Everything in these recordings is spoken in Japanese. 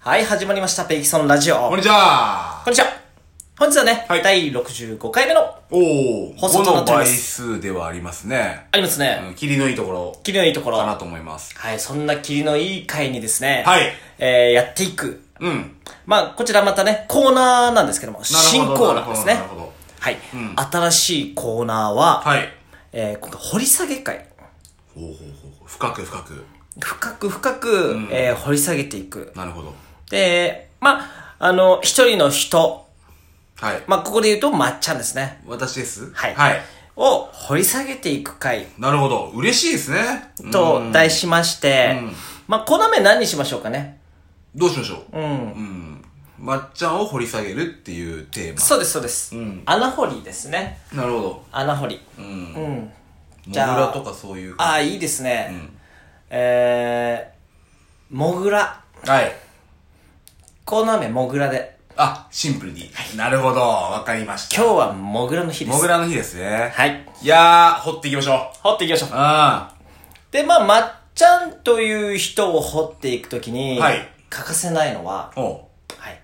はい、始まりました。ペギソンラジオ。ここんんにちはにちは。本日はね、はい第65回目の、あおお放送5となっのておりま倍す数ではありますね。りますね。うん、切りのいいところキリのいいところ。かなはと思います。い、そんなキリのいい回にですね、はいえー、やっていく。うん。まあ、こちらまたね、コーナーなんですけども、なるほ新どコーナーですねなるほどなるほど。はい、ん新しいコーナーは、はい。えー、今回掘り下げ会。ほうほうほうほう。深く深く。深く深く、えー、掘り下げていく。なるほど。で、まあ、あの、一人の人、はい。まあ、ここで言うと、まっちゃんですね。私ですはい。はい。を掘り下げていく回なるほど。嬉しいですね。とうん題しまして、まあ、この目何にしましょうかね。どうしましょう。う。うんん。まっちゃんを掘り下げるっていうテーそうです、そうです。ん穴掘りですね。マ。なるほど。穴掘り。うん。うモん。グじゃあラとかそういう。あはあ、いいですね。えー、モグラ。い。この目モグラで。あ、シンプルに。なるほど。わかりました。今日はモグラの日です。モグラの日ですね。はい。いやー、掘っていきましょう。掘っていきましょう。あで、まあ、まっちゃんという人を掘っていくときに、はい欠かせないのは、あ。おうはい。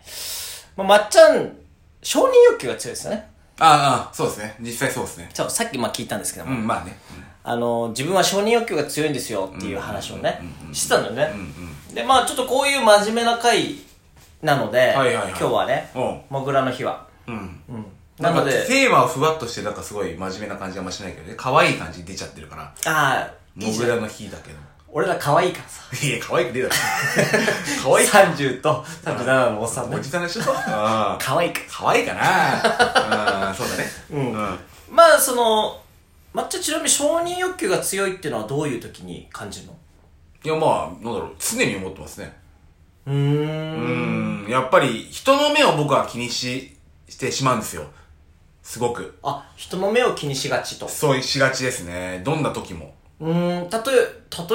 まあ、まっちゃん、承認欲求が強いですよね。ああ、そうですね。実際そうですね。そう、さっきまあ聞いたんですけどもう、ん、まあね。あの自分は承認欲求が強いんですよっていう話をねしてたんだよね、でまあちょっとこういう真面目な回なので、はいはいはい今日はねおうモグラの日はうん。ななんのか、でテーマはふわっとして、なんかすごい真面目な感じはあんましないけどね。可愛い感じ出ちゃってるから。ああいいモじグゃんラの日だけど。俺ら可愛いからさ いや、可愛くねえだ ろ。可愛い。 30と37のおっさんねおじさんでしょああ。可愛いから可愛いかな。うん、そうだね。うん。まあその抹茶ちなみに承認欲求が強いっていうのはどういう時に感じるのいや、まあ、なんだろう。常に思ってますね。うーんうん。やっぱり、人の目を僕は気にし、してしまうんですよ。すごく。あ人の目を気にしがちとそうしがちですね。どんな時も。うーんたとえ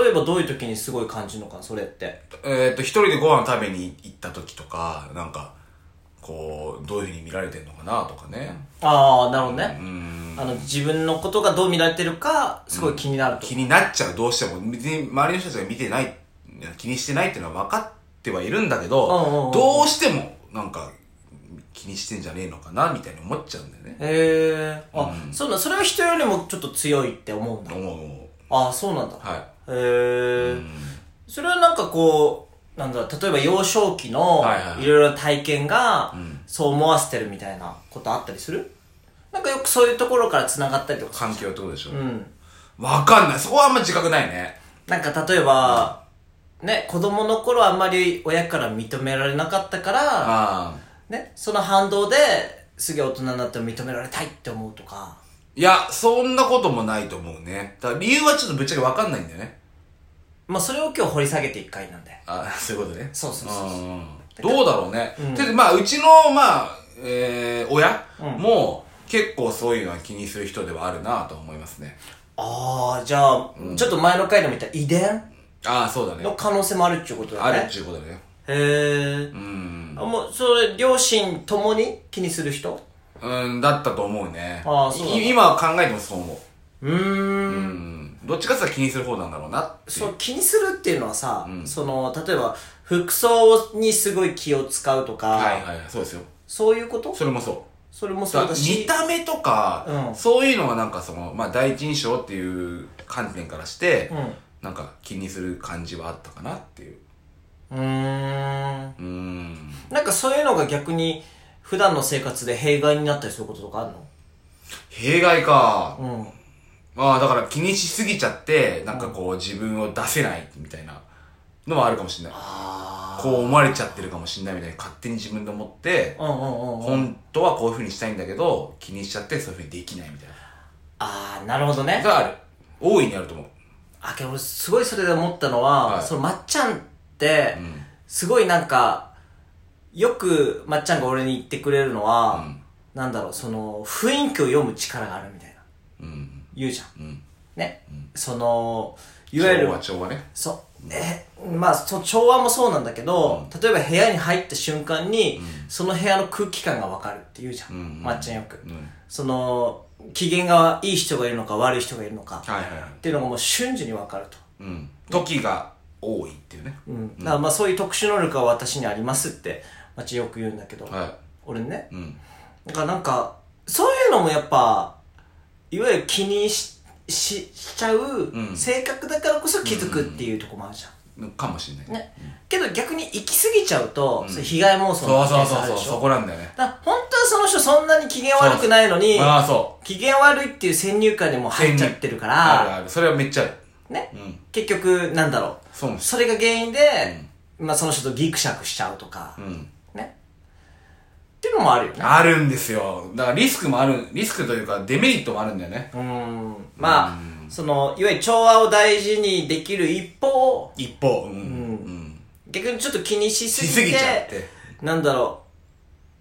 例えばどういう時にすごい感じるのかなそれってえっ、と、一人でご飯食べに行った時とか、なんか、こう、どういうふうに見られてんのかなとかね。ああなるほどね、うん。あの自分のことがどう見られてるかすごい気になると、気になっちゃう、どうしても。別に周りの人たちが見てない、気にしてないっていうのは分かってはいるんだけど、うんうんうんどうしても、なんか、気にしてんじゃねえのかな、みたいに思っちゃうんだよね。へえあ、そうなんそれは人よりもちょっと強いって思うんだ、思う思う。あそうなんだ、はへえ、それはなんかこうなんだ例えば幼少期のはいはいはいいろいろな体験がそう思わせてるみたいなことあったりするなんかよくそういうところから繋がったりとい。か環境ってことでしょ。うん分かんない。そこはあんま自覚ないね。なんか例えば、ね子供の頃あんまり親から認められなかったからああ。ね、その反動ですげえ大人になっても認められたいって思うとか。いや、そんなこともないと思うね。だから理由はちょっとぶっちゃけ分かんないんだよね。まあそれを今日掘り下げていく回なんで。あ そういうことね。そうそうそうそうんどうだろうね。てかまあ、うちの、まあ、えー、親も、結構そういうのは気にする人ではあるなと思いますね。ああ、じゃあ、ちょっと前の回でも言った遺伝ああ、そうだねの。可能性もあるっていうことあだるっねち。ゅうことだね。へえ、うん。あもう、それ、両親ともに気にする人うん、だったと思うね。あーそうだねい今考えてもそう思うーん。う。うん。どっちかっていうと気にする方なんだろうなっていうそう、気にするっていうのはさ、その、例えば、服装にすごい気を使うとか、はいはいはい。そうですよ。そういうことそれもそう。それもそだうからだ見し、た目とか、うんそういうのはなんかその、まあ、第一印象っていう観点からして、んなんか気にする感じはあったかなっていううーん。うーんなんかそういうのが逆に、普段の生活で弊害になったりすることとかあるの弊害か、うん。まあだから気にしすぎちゃってなんかこう自分を出せないみたいなのはあるかもしれないこう思われちゃってるかもしれないみたいな勝手に自分で思って、うんうんうんうん。本当はこういうふうにしたいんだけど気にしちゃってそういうふうにできないみたいあー、なるほどねな。がある大いにあると思うあ、けど俺すごいそれで思ったのは、はいそのまっちゃんって、すごいなんか、よくまっちゃんが俺に言ってくれるのは、なんだろう、その、雰囲気を読む力があるみたいな。うん言うじゃん。うんね。その、いいわゆる調、和調和ねそう、え、まあ、そ調和もそうなんだけど、例えば部屋に入った瞬間に、その部屋の空気感がわかるって言うじゃん。んうんまっちゃんよく。うんその、機嫌がいい人がいるのか悪い人がいるのか。はいはいはいっていうのがもう瞬時に分かると。うん時が多いっていうね。うん。だからまあそういう特殊能力は私にありますって、まちよく言うんだけど、は俺ね。い。うん。だからなんか、そういうのもやっぱ、いわゆる気にし、し、しちゃううん性格だからこそ気づくっていうとこもあるじゃん。かもしれない。ね。けど逆に行き過ぎちゃうと、うんそれ被害妄想そうそうケースそあるうそう、でしょそこなんだよね。だから本当はその人そんなに機嫌悪くないのに、ああ、そう。機嫌悪いっていう先入観にもう入っちゃってるから、あるある。それはめっちゃある。ね、うん。結局なんだろうそうなんです。それが原因で、まあその人とギクシャクしちゃうとか、うん。ねっていうのもあるよねあるんですよ。だからリスクもある、リスクというかデメリットもあるんだよね。うーんまあそのいわゆる調和を大事にできる一方一方。うん。うん逆にちょっと気にしすぎしすてぎちゃって。なんだろ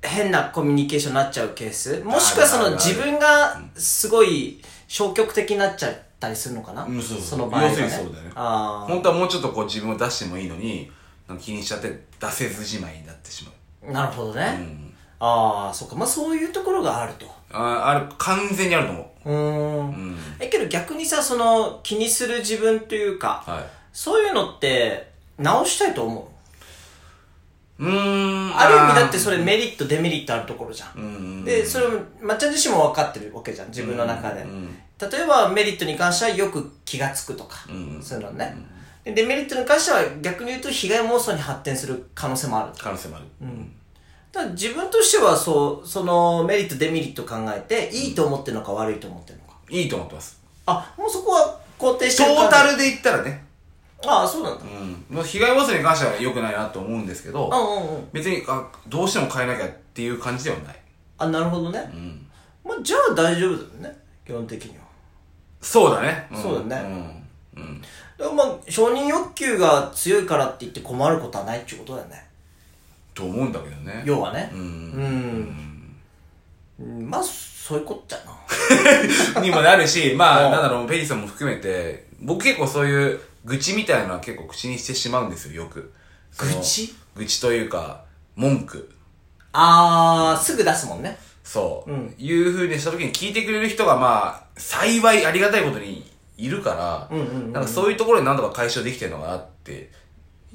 う変なコミュニケーションになっちゃうケースもしくはそあのるあるある自分がすごい消極的になっちゃったりするのかな、うんそうそうの場合は、ね、要するにそうだよねあー本当はもうちょっとこう自分を出してもいいのに、なんか気にしちゃって出せずじまいになってしまう。なるほどね、うん。ああそうかまあそういうところがあるとあある、完全にあると思うーんう。うん。えけど逆にさその気にする自分というかはい。そういうのって直したいと思ううーん。ある意味だってあーそれメリットデメリットあるところじゃん、うんうん。でそれをまっちゃん自身も分かってるわけじゃん自分の中で、うん例えばメリットに関してはよく気がつくとか、うんそういうのね、でデメリットに関しては逆に言うと被害妄想に発展する可能性もある可能性もある。うん。ただ自分としてはそうそのメリットデメリット考えていいと思ってるのか悪いと思ってるのか、いいと思ってます。あもうそこは肯定してトるー感じタルで言ったらね、ああそうなんだうん。まあ被害妄想に関しては良くないなと思うんですけど、うんうんうん別にあどうしても変えなきゃっていう感じではない、あなるほどね、うん、まあ、じゃあ大丈夫だよね基本的にはそうだね、んそうだねうん、うん、でもまあ承認欲求が強いからって言って困ることはないっていうことだよねと思うんだけどね要はねううんんうんまあそういうことじゃなにもなるしまうあんなんだろうペリーさんも含めて僕結構そういう愚痴みたいなのは結構口にしてしまうんですよよくその愚痴愚痴というか文句あーすぐ出すもんねそう、うんいうふうにした時に聞いてくれる人がまあ幸いありがたいことにいるから、うんうんうんなんかそういうところで何とか解消できてるのかなって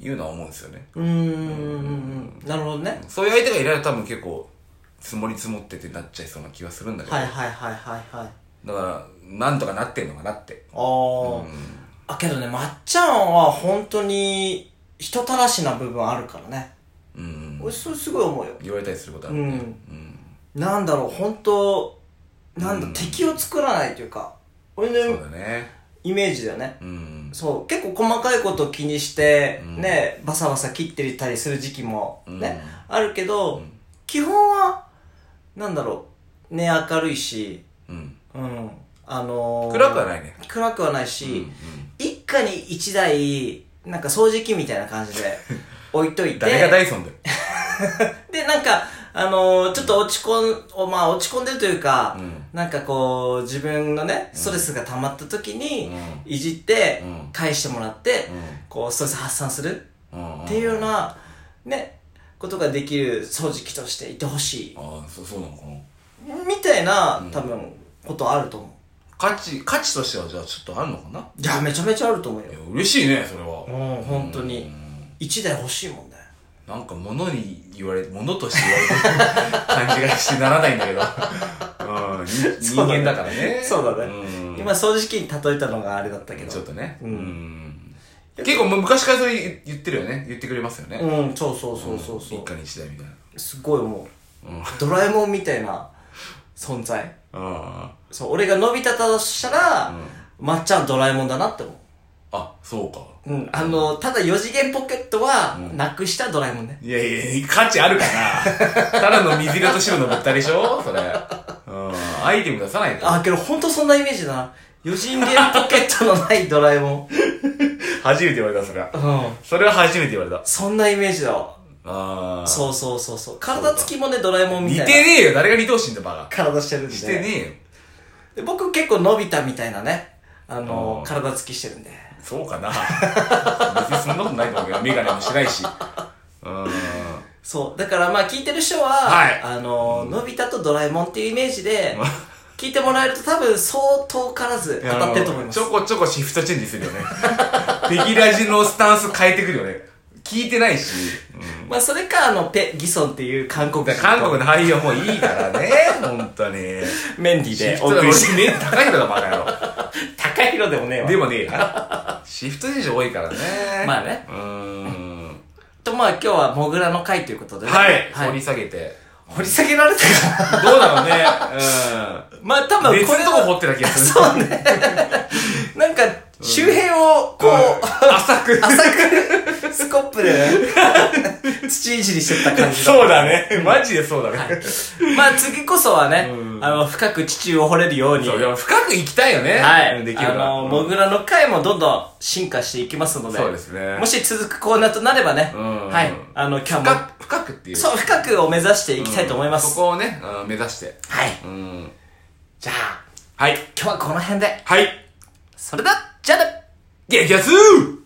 いうのは思うんですよね、うーんなるほどねそういう相手がいられたら多分結構積もり積もってってなっちゃいそうな気はするんだけど、はいはいはいはいはいだからなんとかなってんのかなってあー、あけどねまっちゃんは本当に人たらしな部分あるからねうん俺それすごい思うよ言われたりすることあるねなんだろう本当なんだ、敵を作らないというか俺うん、のそうだねイメージだよねうんそう結構細かいことを気にして、うんねバサバサ切ってたりする時期もね、あるけど、ん基本はなんだろうね明るいしうんうんあのー、暗くはないね暗くはないし、うんうん一家に一台なんか掃除機みたいな感じ で置いといて誰がダイソンだよで、なんか、あのーちょっと落ち込ん、おまあ落ち込んでるというか、うんなんかこう、自分のね、ストレスが溜まった時に、いじってうん、返してもらって、うこう、ストレス発散するんんっていうような、ね、ことができる掃除機としていてほしい。ああそそうなのかなみたいな、多分、ことあると思う。価値価値としてはじゃあちょっとあるのかないや、めちゃめちゃあると思うよいや。嬉しいねそれはうん、本当に。一台欲しいもんね。なんか物に言われ、物として言われてる感じがしてならないんだけど。 うん、人人そうだね間だからね。そうだねん今、掃除機に例えたのがあれだったけちょっど。とね。ううんん。結構もう昔からそれ言言ってるよね。言ってくれますよね。うん、そうそうそうそうそう。一家に一台みたいな。すごいもう、うんドラえもんみたいな存在あそう俺がのび太だとしたら、まっちゃんドラえもんだなって思あ。あ、そうか。う、うん、あのただ4次元ポケットはなくしたドラえもんね、いやいや、価値あるかな。ただの水色と白の物体でしょそれ。うん。アイテム出さないと。あけどほんとそんなイメージだな4次元ポケットのないドラえもん初めて言われた、それは。うんそれは初めて言われた。そんなイメージだわああ。そうそうそうそう体つきもねドラえもんみ似たていなねえよ。誰が似てほしいんだ、バカ。体してるんでしてねえよ。で僕結構のび太みたいなねあのあー体つきしてるんでそうかな別にそんなことないと思うけど、メガネもしないし。うーん。そう。だからまあ聞いてる人は、はいあの、のび太とドラえもんっていうイメージで、聞いてもらえると多分相当からず当たってると思いまちすょ。こちょこシフトチェンジするよね。敵ラジのスタンス変えてくるよね。聞いてないし。まあ、それか、あの、ペ・ギソンっていう韓国だ人かとら韓国の俳優はもういいからね、本当に。メンディシーでフおトだ送俺り して、年高いんだろ、バカ野 郎。高弘でもねえわ。でもねえな。シフト選手多いからね。まあねうーん。と、まあ今日はモグラの回ということでね。はい、掘り下げて。掘り下げられたかどうだろうね。ら。まあ多うん。分別これのとこ掘の、ってた気がする。そうね。 なんか、周辺を、こう、うん浅く。スコップで ね、土いじりしてった感じそうだね。マジでそうだね。まあ次こそはねう、んあの、深く地中を掘れるように。そう、でも深く行きたいよね。はうんい。できるあから。の、モグラの回もどんどん進化していきますので。そうですねもし続くコーナーとなればね。うんはい。あの、今日も。深く、深くっていう。そう、深くを目指していきたいと思いまうんそす。こをね、うん目指して。はい。うん。じゃあ、はい。今日はこの辺で。はい。それでは、じゃあね激アツー